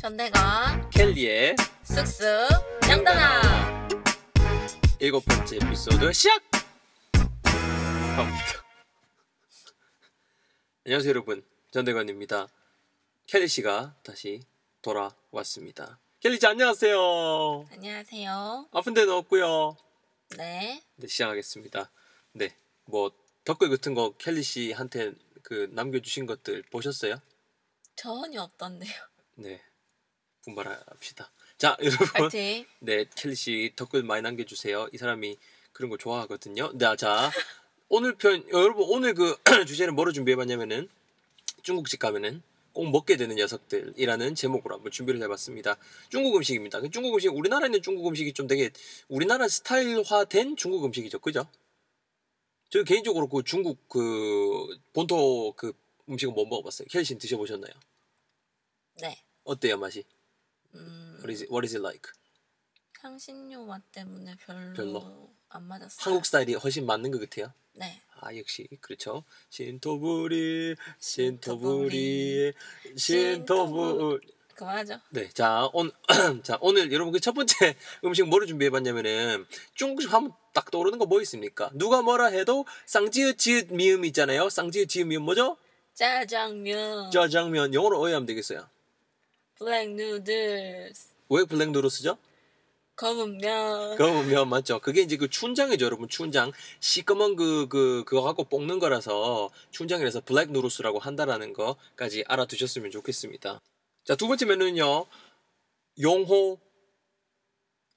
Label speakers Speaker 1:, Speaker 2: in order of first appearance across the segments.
Speaker 1: 전대관
Speaker 2: 켈리의
Speaker 1: 쑥쑥 양단아
Speaker 2: 일곱 번째 에피소드 시작! 감사합니다. 안녕하세요 여러분 전대관입니다. 켈리 씨가 다시 돌아왔습니다. 켈리 씨 안녕하세요.
Speaker 1: 안녕하세요.
Speaker 2: 아픈 데는 없고요.
Speaker 1: 네.
Speaker 2: 네 시작하겠습니다. 네, 뭐 댓글 같은 거 켈리 씨한테 그 남겨주신 것들 보셨어요?
Speaker 1: 전혀 없던데요.
Speaker 2: 네, 분발합시다. 자 여러분
Speaker 1: 파이팅.
Speaker 2: 네, 켈리 씨 댓글 많이 남겨주세요. 이 사람이 그런 거 좋아하거든요. 네, 자 오늘 편 여러분 오늘 그 주제는 뭐로 준비해봤냐면은 중국집 가면은 꼭 먹게 되는 녀석들이라는 제목으로 한번 준비를 해봤습니다. 중국 음식입니다. 그 중국 음식 우리나라에 있는 중국 음식이 좀 되게 우리나라 스타일화된 중국 음식이죠, 그죠? 저 개인적으로 그 중국 그 본토 그 음식은 못 먹어봤어요. 켈리 씨는 드셔보셨나요?
Speaker 1: 네.
Speaker 2: 어때요 맛이?
Speaker 1: 음,
Speaker 2: What is it, what is it like?
Speaker 1: 향신료 맛 때문에 별로,
Speaker 2: 별로.
Speaker 1: 안 맞았어요.
Speaker 2: 한국 스타일이 훨씬 맞는 것 같아요.
Speaker 1: 네.
Speaker 2: 아 역시 그렇죠 신토부리 신토부리 신토부
Speaker 1: 그만하죠.
Speaker 2: 네자 오늘 자 오늘 여러분 그 첫 번째 음식 뭐를 준비해봤냐면은 중국식 하면 딱 떠오르는 거 뭐 있습니까 누가 뭐라 해도 쌍지읒 지읒 미음 있잖아요 쌍지읒 지읒 미음 뭐죠
Speaker 1: 짜장면,
Speaker 2: 짜장면 영어로 어휘하면 되겠어요
Speaker 1: 블랙 누들스,
Speaker 2: 왜 블랙 누르스죠
Speaker 1: 검은면,
Speaker 2: 그러면 면 맞죠. 그게 이제 그 춘장이죠, 여러분. 춘장 시꺼먼 그 그 그거 갖고 볶는 거라서 춘장이라서 블랙 누르스라고 한다라는 거까지 알아두셨으면 좋겠습니다. 자 두 번째 메뉴는요. 용호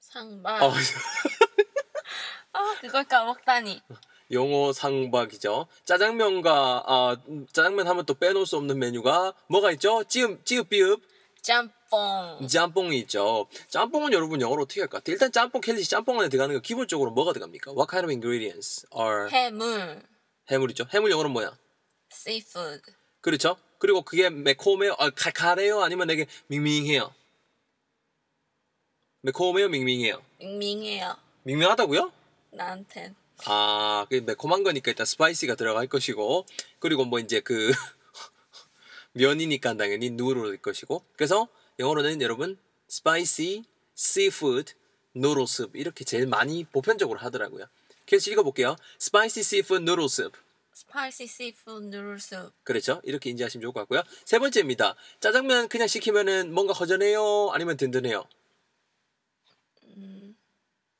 Speaker 1: 상박.
Speaker 2: 어,
Speaker 1: 아 그걸 까먹다니.
Speaker 2: 용호 상박이죠. 짜장면과 아 짜장면 하면 또 빼놓을 수 없는 메뉴가 뭐가 있죠? 찌읍 찌읍 비읍
Speaker 1: 짬뽕,
Speaker 2: 음. 짬뽕이 있죠. 짬뽕은 여러분 영어로 어떻게 할까? 일단 짬뽕 캘리 짬뽕 안에 들어가는 거 기본적으로 뭐가 들어갑니까? What kind of ingredients are
Speaker 1: 해물,
Speaker 2: 해물이죠. 해물 영어로 뭐야?
Speaker 1: seafood,
Speaker 2: 그렇죠. 그리고 그게 매콤해요, 아, 칼칼해요, 아니면 되게 밍밍해요. 매콤해요, 밍밍해요.
Speaker 1: 밍밍해요.
Speaker 2: 밍밍하다고요?
Speaker 1: 나한텐.
Speaker 2: 아, 그 매콤한 거니까 일단 스파이시가 들어갈 것이고, 그리고 뭐 이제 그 면이니까 당연히 누르일 것이고, 그래서 영어로는 여러분 spicy seafood noodle soup 이렇게 제일 많이 보편적으로 하더라고요. 계속 읽어볼게요. Spicy seafood noodle soup.
Speaker 1: 스파이시 seafood noodle soup.
Speaker 2: 그렇죠. 이렇게 인지하시면 좋을 것 같고요. 세 번째입니다. 짜장면 그냥 시키면은 뭔가 허전해요? 아니면 든든해요?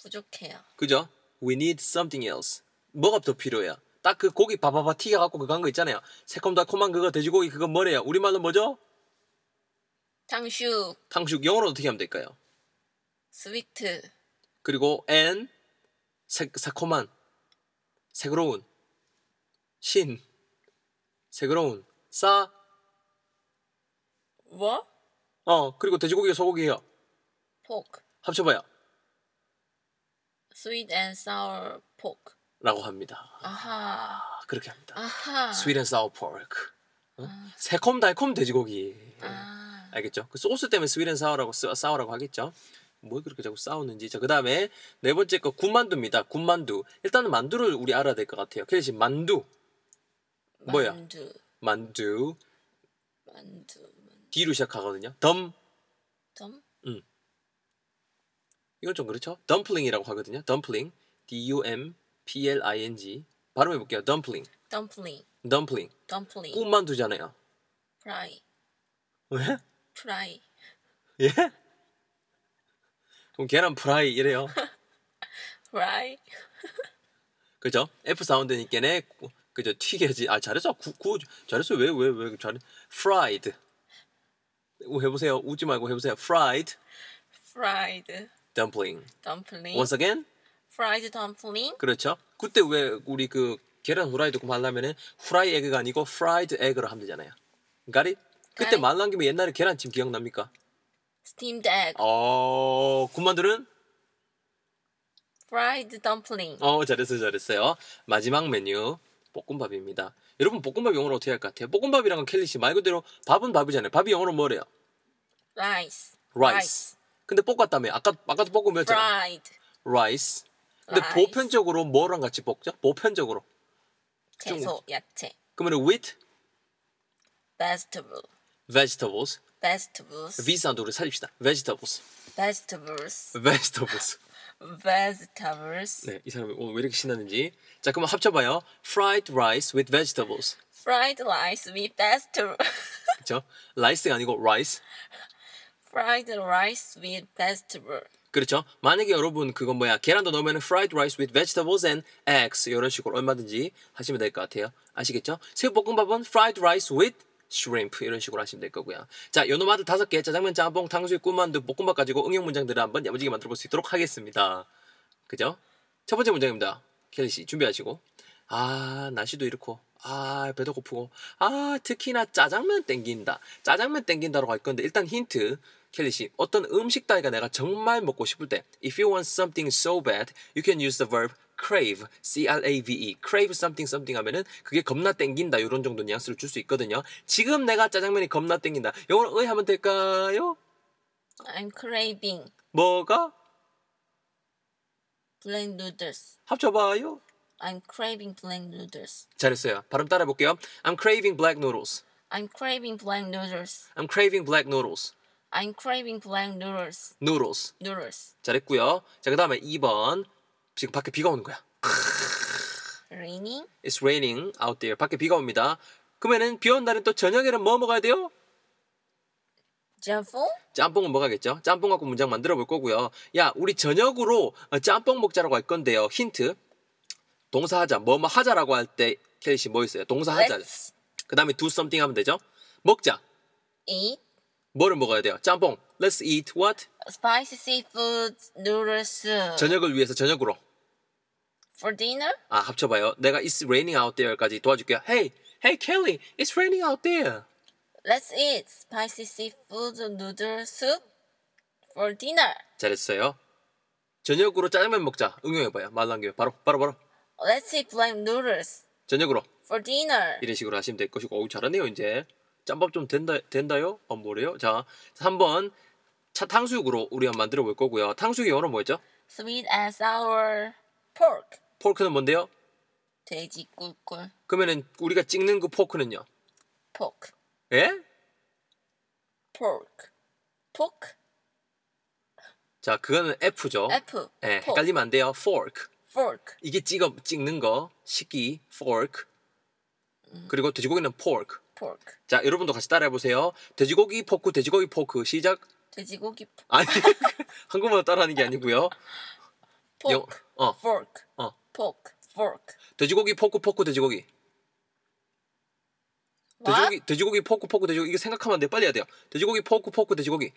Speaker 1: 부족해요.
Speaker 2: 그죠? We need something else. 뭐가 더 필요해요? 딱 그 고기 바바바 튀겨갖고 그거 한 거 있잖아요. 새콤달콤한 그거 돼지고기 그거 뭐래요? 우리말로 뭐죠?
Speaker 1: 탕슈,
Speaker 2: 탕수육 영어로 어떻게 하면 될까요?
Speaker 1: 스위트,
Speaker 2: 그리고 and 새, 새콤한 새그러운 신 새그러운 싸
Speaker 1: 뭐?
Speaker 2: 어, 그리고 돼지고기 소고기예요.
Speaker 1: 포크,
Speaker 2: 합쳐봐요.
Speaker 1: sweet and sour pork.
Speaker 2: 라고 합니다.
Speaker 1: 아하,
Speaker 2: 아, 그렇게 합니다.
Speaker 1: 아하.
Speaker 2: 스윗 앤 사워 포크 새콤 달콤 돼지고기
Speaker 1: 아,
Speaker 2: 알겠죠? 그 소스 때문에 스윗 앤 사워라고 사- 사워라고 하겠죠? 뭘 그렇게 자꾸 싸우는지 자 그다음에 네 번째 거 군만두입니다 군만두 일단은 만두를 우리 알아야 될 것 같아요 켈리 씨 만두 뭐야?
Speaker 1: 만두,
Speaker 2: 만두
Speaker 1: 만두, 만두.
Speaker 2: D로 시작하거든요 덤
Speaker 1: 덤?
Speaker 2: 이건 좀 그렇죠 덤플링이라고 하거든요 덤플링 D U M P L I N G 발음해 볼게요 덤플링
Speaker 1: 덤플링,
Speaker 2: 덤플링
Speaker 1: 덤플링,
Speaker 2: 꿈만두잖아요
Speaker 1: 프라이,
Speaker 2: 왜?
Speaker 1: 프라이,
Speaker 2: 예? 그럼 계란 프라이 이래요
Speaker 1: 프라이,
Speaker 2: 그죠? F 사운드니까네 그죠? 튀겨지. 아 잘했어. 구, 구 잘했어. 왜 왜 왜 잘해? Fried. 우- 해보세요. 웃지 말고 해보세요. Fried
Speaker 1: 프라이드,
Speaker 2: dumpling.
Speaker 1: 덤플링,
Speaker 2: Once again.
Speaker 1: 프라이드 덤플링,
Speaker 2: 그렇죠? 그때 왜 우리 그 계란 후라이드 그거 하려면은 후라이 에그가 아니고 fried egg로 하면 되잖아요. 가리? 그때
Speaker 1: Got it.
Speaker 2: 말난 김에 옛날에 계란찜 기억납니까?
Speaker 1: 스팀드 에그,
Speaker 2: 어, 군만두는
Speaker 1: 프라이드 덤플링,
Speaker 2: 어 잘했어요 잘했어요 마지막 메뉴 볶음밥입니다 여러분 볶음밥 영어로 어떻게 할 것 같아요? 볶음밥이랑은 켈리씨 말 그대로 밥은 밥이잖아요 밥이 영어로 뭐래요?
Speaker 1: 라이스,
Speaker 2: 라이스 근데 볶았다며 아까, 아까도 볶고 몇잖아
Speaker 1: 프라이드,
Speaker 2: 라이스 근데
Speaker 1: 라이스.
Speaker 2: 보편적으로 뭐랑 같이 볶죠? 보편적으로
Speaker 1: 채소, 야채,
Speaker 2: 그러면 with
Speaker 1: 베스트블,
Speaker 2: vegetables
Speaker 1: vegetables,
Speaker 2: 비싼 우리 살립시다. vegetables.
Speaker 1: vegetables,
Speaker 2: vegetables.
Speaker 1: vegetables,
Speaker 2: 네, 이 사람이 오늘 왜 이렇게 신나는지. 자, 그럼 합쳐봐요. fried rice with vegetables.
Speaker 1: fried rice with vegetables,
Speaker 2: 그쵸? 라이스가 아니고 rice.
Speaker 1: fried rice with vegetable.
Speaker 2: 그렇죠. 만약에 여러분 그거 뭐야 계란도 넣으면 fried rice with vegetables and eggs 이런 식으로 얼마든지 하시면 될 것 같아요. 아시겠죠? 새우볶음밥은 fried rice with shrimp 이런 식으로 하시면 될 거고요. 자, 연어 마늘 다섯 개, 짜장면, 짬뽕, 탕수육, 꿀만두, 볶음밥 가지고 응용 문장들을 한번 야무지게 만들어 볼 수 있도록 하겠습니다. 그죠? 첫 번째 문장입니다. 켈리 씨 준비하시고 아 날씨도 이렇고 아 배도 고프고 아 특히나 짜장면 땡긴다 짜장면 땡긴다라고 할 건데 일단 힌트 켈리 씨 어떤 음식 따위가 내가 정말 먹고 싶을 때 if you want something so bad you can use the verb crave c r a v e crave something something 하면은 그게 겁나 땡긴다 요런 정도 뉘앙스를 줄 수 있거든요 지금 내가 짜장면이 겁나 땡긴다 영어로 의 하면 될까요
Speaker 1: I'm craving
Speaker 2: 뭐가
Speaker 1: plain noodles.
Speaker 2: 합쳐봐요
Speaker 1: I'm craving plain noodles.
Speaker 2: 잘했어요 발음 따라 볼게요 I'm craving black noodles
Speaker 1: I'm craving plain noodles.
Speaker 2: I'm craving black noodles
Speaker 1: I'm craving plain noodles.
Speaker 2: noodles.
Speaker 1: Noodles.
Speaker 2: 잘했고요. 자, 그다음에 2번. 지금 밖에 비가 오는 거야.
Speaker 1: Raining
Speaker 2: It's raining out there. 밖에 비가 옵니다. 그러면은 비 오는 날은 또 저녁에는 뭐 먹어야 돼요?
Speaker 1: Jumbo?
Speaker 2: 짬뽕은 먹어야겠죠. 짬뽕 갖고 문장 만들어 볼 거고요. 야, 우리 저녁으로 어, 짬뽕 먹자라고 할 건데요. 힌트. 동사하자. 뭐 뭐 하자라고 할 때 켈리 씨 뭐 있어요? 동사하자.
Speaker 1: Let's
Speaker 2: 그다음에 do something 하면 되죠. 먹자.
Speaker 1: eat
Speaker 2: 뭐를 먹어야 돼요? 짬뽕. Let's eat what?
Speaker 1: spicy seafood noodle soup.
Speaker 2: 저녁을 위해서 저녁으로.
Speaker 1: For dinner?
Speaker 2: 아 합쳐봐요. 내가 it's raining out there까지 도와줄게요. Hey, hey Kelly, it's raining out there.
Speaker 1: Let's eat spicy seafood noodle soup for dinner.
Speaker 2: 잘했어요. 저녁으로 짜장면 먹자. 응용해봐요. 말한 김에 바로 바로 바로
Speaker 1: Let's eat plain noodles
Speaker 2: 저녁으로
Speaker 1: for dinner.
Speaker 2: 이런 식으로 하시면 될 것이고 어우 잘하네요 이제 짬밥 좀 된다 된다요? 어 뭐래요? 자 3번 차 탕수육으로 우리 한번 만들어 볼 거고요. 탕수육의 영어로 뭐였죠?
Speaker 1: Sweet and sour pork.
Speaker 2: 포크는 뭔데요?
Speaker 1: 돼지 꿀꿀
Speaker 2: 그러면은 우리가 찍는 그 포크는요?
Speaker 1: pork.
Speaker 2: 예?
Speaker 1: pork. pork.
Speaker 2: 자 그거는 F죠.
Speaker 1: F.
Speaker 2: Oh. 예,
Speaker 1: pork.
Speaker 2: 헷갈리면 안 돼요. fork.
Speaker 1: fork.
Speaker 2: 이게 찍어 찍는 거 식기 fork 그리고 돼지고기는 pork
Speaker 1: pork.
Speaker 2: 자 여러분도 같이 따라해 보세요 돼지고기 포크 돼지고기 포크 시작
Speaker 1: 돼지고기 포-
Speaker 2: 아니 한국말로 따라하는 게 아니고요 영-
Speaker 1: pork.
Speaker 2: 어.
Speaker 1: fork.
Speaker 2: 어.
Speaker 1: pork. fork.
Speaker 2: 돼지고기 포크 포크 돼지고기
Speaker 1: What?
Speaker 2: 돼지고기 돼지고기 포크 포크 돼지고기 이거 생각하면 안 돼 빨리 해야 돼요 돼지고기 포크 포크 돼지고기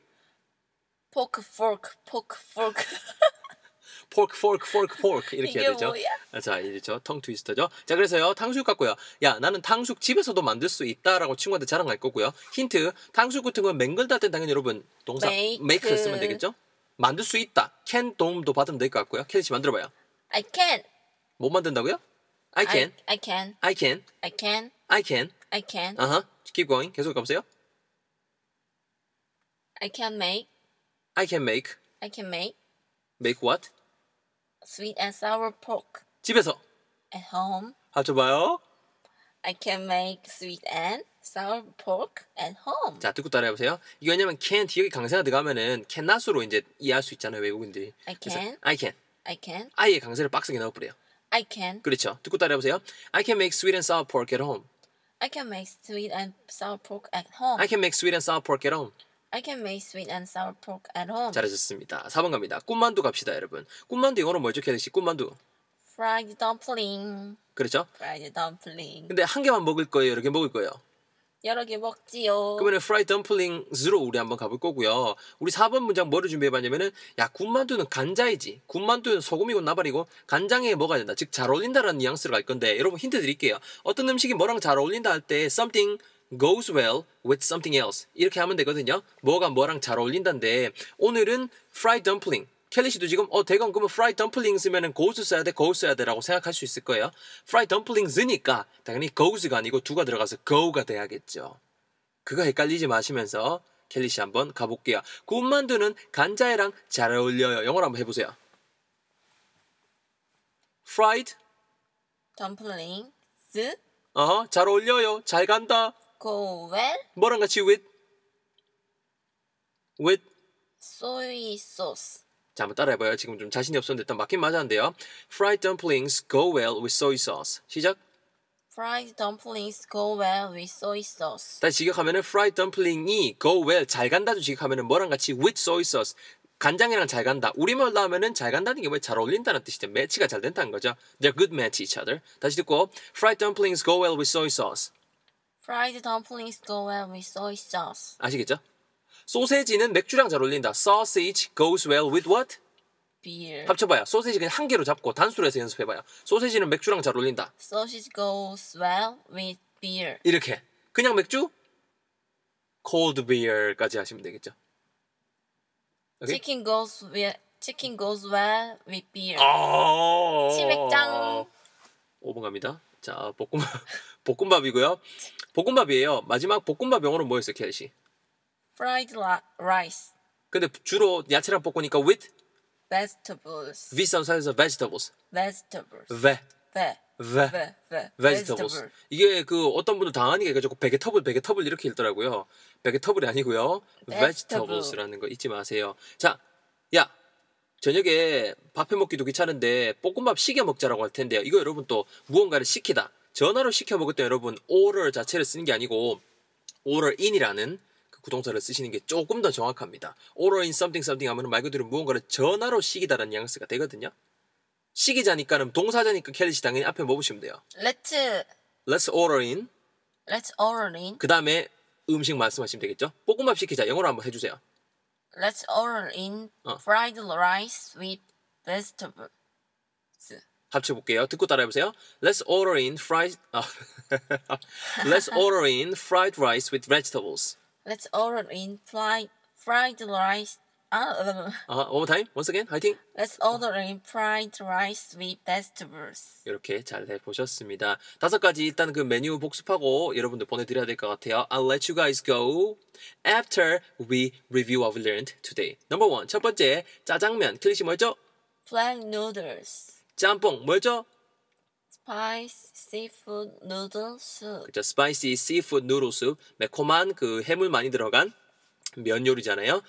Speaker 1: pork fork pork fork.
Speaker 2: 포크 포크 포크 포크 이렇게 해야
Speaker 1: 이게
Speaker 2: 되죠
Speaker 1: 뭐야?
Speaker 2: 아, 자 이죠 텅 트위스터죠 자 그래서요 탕수육 같고요 야 나는 탕수육 집에서도 만들 수 있다라고 친구한테 자랑할 거고요 힌트 탕수육 같은 건 맹글다 땐 당연히 여러분 동사
Speaker 1: Make.
Speaker 2: make를 쓰면 되겠죠 만들 수 있다 can 도움도 받으면 될 것 같고요 캔씨 만들어봐요
Speaker 1: I can.
Speaker 2: 못 만든다고요 I can
Speaker 1: I, I can.
Speaker 2: I, can
Speaker 1: I can.
Speaker 2: I can
Speaker 1: I can.
Speaker 2: 아하 keep going 계속 가보세요
Speaker 1: I can make.
Speaker 2: I can make
Speaker 1: I can make
Speaker 2: make what
Speaker 1: sweet and sour pork
Speaker 2: 집에서
Speaker 1: at home.
Speaker 2: 맞춰봐요
Speaker 1: I can make sweet and sour pork at home.
Speaker 2: 자 듣고 따라해보세요 이게 왜냐면 can 뒤에 강세가 들어가면은 cannot으로 이제 이해할 수 있잖아요 외국인들이
Speaker 1: I
Speaker 2: 그래서
Speaker 1: can.
Speaker 2: I can
Speaker 1: I can.
Speaker 2: 아예 강세를 빡세게 넣어버려요
Speaker 1: I can.
Speaker 2: 그렇죠. 듣고 따라해보세요. I can make sweet and sour pork at home.
Speaker 1: I can make sweet and sour pork at home.
Speaker 2: I can make sweet and sour pork at home.
Speaker 1: I can make sweet and sour pork at home.
Speaker 2: 잘하셨습니다. 4번 갑니다. 꿈만두 갑시다, 여러분. 꿈만두 영어로 뭐죠, 캐릭씨? 꿈만두.
Speaker 1: Fried dumpling.
Speaker 2: 그렇죠?
Speaker 1: Fried dumpling.
Speaker 2: 근데 한 개만 먹을 거예요, 여러 개 먹을 거예요.
Speaker 1: 여러 개 먹지요.
Speaker 2: 그러면 프라이 덤플링즈로 우리 한번 가볼 거고요. 우리 4번 문장 뭐를 준비해봤냐면은 야 군만두는 간자이지. 군만두는 소금이고 나발이고 간장에 먹어야 된다. 즉 잘 어울린다라는 뉘앙스로 갈 건데 여러분 힌트 드릴게요. 어떤 음식이 뭐랑 잘 어울린다 할 때 something goes well with something else 이렇게 하면 되거든요. 뭐가 뭐랑 잘 어울린다인데 오늘은 프라이 덤플링 켈리 씨도 지금 어 대건 그러면 프라이 덤플링 쓰면은 고우스 써야 돼 고우스 써야 돼라고 생각할 수 있을 거예요. 프라이 덤플링즈니까 당연히 고우스가 아니고 두가 들어가서 고우가 돼야겠죠. 그거 헷갈리지 마시면서 켈리 씨 한번 가볼게요. 군만두는 간자회랑 잘 어울려요. 영어로 한번 해보세요. Fried,
Speaker 1: dumpling. s
Speaker 2: 어, 잘 어울려요. 잘 간다.
Speaker 1: go well
Speaker 2: 뭐랑 같이 with with
Speaker 1: soy sauce.
Speaker 2: 자, 한번 따라해봐요. 지금 좀 자신이 없었는데 일단 맞긴 맞았는데요. Fried dumplings go well with soy sauce. 시작.
Speaker 1: Fried dumplings go well with soy sauce.
Speaker 2: 다시 직역하면은 fried dumpling이 go well 잘 간다도 직역하면은 뭐랑 같이 with soy sauce 간장이랑 잘 간다. 우리말로 하면은 잘 간다는 게 왜 잘 어울린다는 뜻이죠. 매치가 잘 된다는 거죠. They're good match each other. 다시 듣고 fried dumplings go well with soy sauce.
Speaker 1: Fried dumplings go well with soy sauce.
Speaker 2: 아시겠죠? 소세지는 맥주랑 잘 어울린다. Sausage goes well with what?
Speaker 1: Beer.
Speaker 2: 합쳐봐요. 소세지 그냥 한 개로 잡고 단수로 해서 연습해봐요. 소세지는 맥주랑 잘 어울린다.
Speaker 1: Sausage goes well with beer.
Speaker 2: 이렇게 그냥 맥주 cold beer까지 하시면 되겠죠. 오케이?
Speaker 1: Chicken goes with chicken goes well with beer.
Speaker 2: 아~
Speaker 1: 치맥장.
Speaker 2: 5번 갑니다. 자, 볶음밥 볶음밥이고요. 볶음밥이에요. 마지막 볶음밥 영어로 뭐였어요, 캐시?
Speaker 1: Fried la- rice.
Speaker 2: 근데 주로 야채랑 볶으니까 with
Speaker 1: Vegetables.
Speaker 2: v 사운드 사이에서 vegetables.
Speaker 1: Vegetables.
Speaker 2: v
Speaker 1: Ve.
Speaker 2: v
Speaker 1: Ve. Ve.
Speaker 2: vegetables. 이게 그 어떤 분들 당하니까 가지고 베게터블 베게터블 이렇게 읽더라고요. 베게터블이 아니고요.
Speaker 1: Vegetable.
Speaker 2: vegetables라는 거 잊지 마세요. 자, 야 저녁에 밥해 먹기도 귀찮은데 볶음밥 시켜 먹자라고 할 텐데요. 이거 여러분 또 무언가를 시키다 전화로 시켜 먹을 때 여러분 오럴 자체를 쓰는 게 아니고 오럴 인이라는 그 구동사를 쓰시는 게 조금 더 정확합니다. 오럴 인 something something 하면 말 그대로 무언가를 전화로 시키다라는 뉘앙스가 되거든요. 시기자니까는 동사자니까 캐리시 당연히 앞에 뭐 보시면 돼요.
Speaker 1: Let's uh,
Speaker 2: Let's order in.
Speaker 1: let's order in.
Speaker 2: 그 다음에 음식 말씀하시면 되겠죠? 볶음밥 시키자. 영어로 한번 해주세요.
Speaker 1: Let's order in
Speaker 2: 어.
Speaker 1: fried rice with vegetables.
Speaker 2: 합쳐볼게요. 듣고 따라해보세요. Let's order in fried. 아. Let's order in fried rice with vegetables.
Speaker 1: Let's order in fried fried rice. 아,
Speaker 2: 아, one more time. Once again. 화이팅.
Speaker 1: let's order in fried rice with vegetables.
Speaker 2: 이렇게 잘 해보셨습니다. 다섯 가지 일단 그 메뉴 복습하고 여러분들 보내드려야 될 것 같아요. I'll let you guys go after we review what we learned today. Number one. 첫 번째. 짜장면. 클리시 뭐였죠?
Speaker 1: Plain noodles,
Speaker 2: 짬뽕. 뭐였죠?
Speaker 1: spice seafood noodle soup,
Speaker 2: 그죠? 스파이시 씨푸드 누로 숲 매콤한 그 해물 많이 들어간 면 요리잖아요.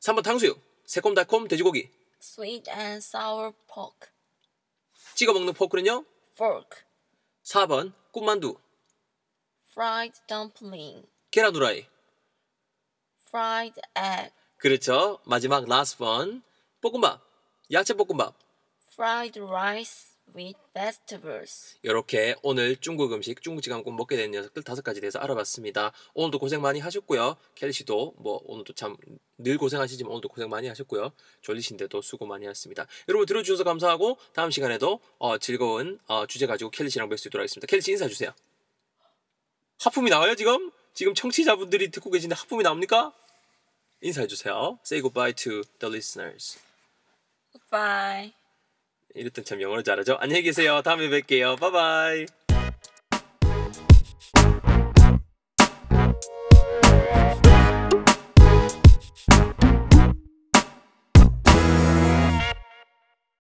Speaker 2: 3번 탕수육 새콤달콤 돼지고기
Speaker 1: sweet and sour pork
Speaker 2: 찍어 먹는 포크는요.
Speaker 1: fork,
Speaker 2: 4번 꿈만두
Speaker 1: fried dumpling,
Speaker 2: 계란 후라이
Speaker 1: fried egg,
Speaker 2: 그렇죠. 마지막 라스트 번 볶음밥 야채 볶음밥
Speaker 1: fried rice with vegetables.
Speaker 2: 이렇게 오늘 중국 음식, 중국집 한꼭 먹게 된 녀석들 다섯 가지 대해서 알아봤습니다. 오늘도 고생 많이 하셨고요. 켈리 씨도 뭐 오늘도 참 늘 고생하시지만 오늘도 고생 많이 하셨고요. 졸리신데도 수고 많이 하셨습니다. 여러분 들어주셔서 감사하고 다음 시간에도 어, 즐거운 어, 주제 가지고 켈리 씨랑 뵐 수 있도록 하겠습니다. 켈리 씨 인사 주세요. 하품이 나와요 지금? 지금 청취자분들이 듣고 계신데 하품이 나옵니까? 인사해 주세요. Say goodbye to the listeners.
Speaker 1: Goodbye.
Speaker 2: 이랬던 참 영어를 잘하죠. 안녕히 계세요. 다음에 뵐게요. 바이바이.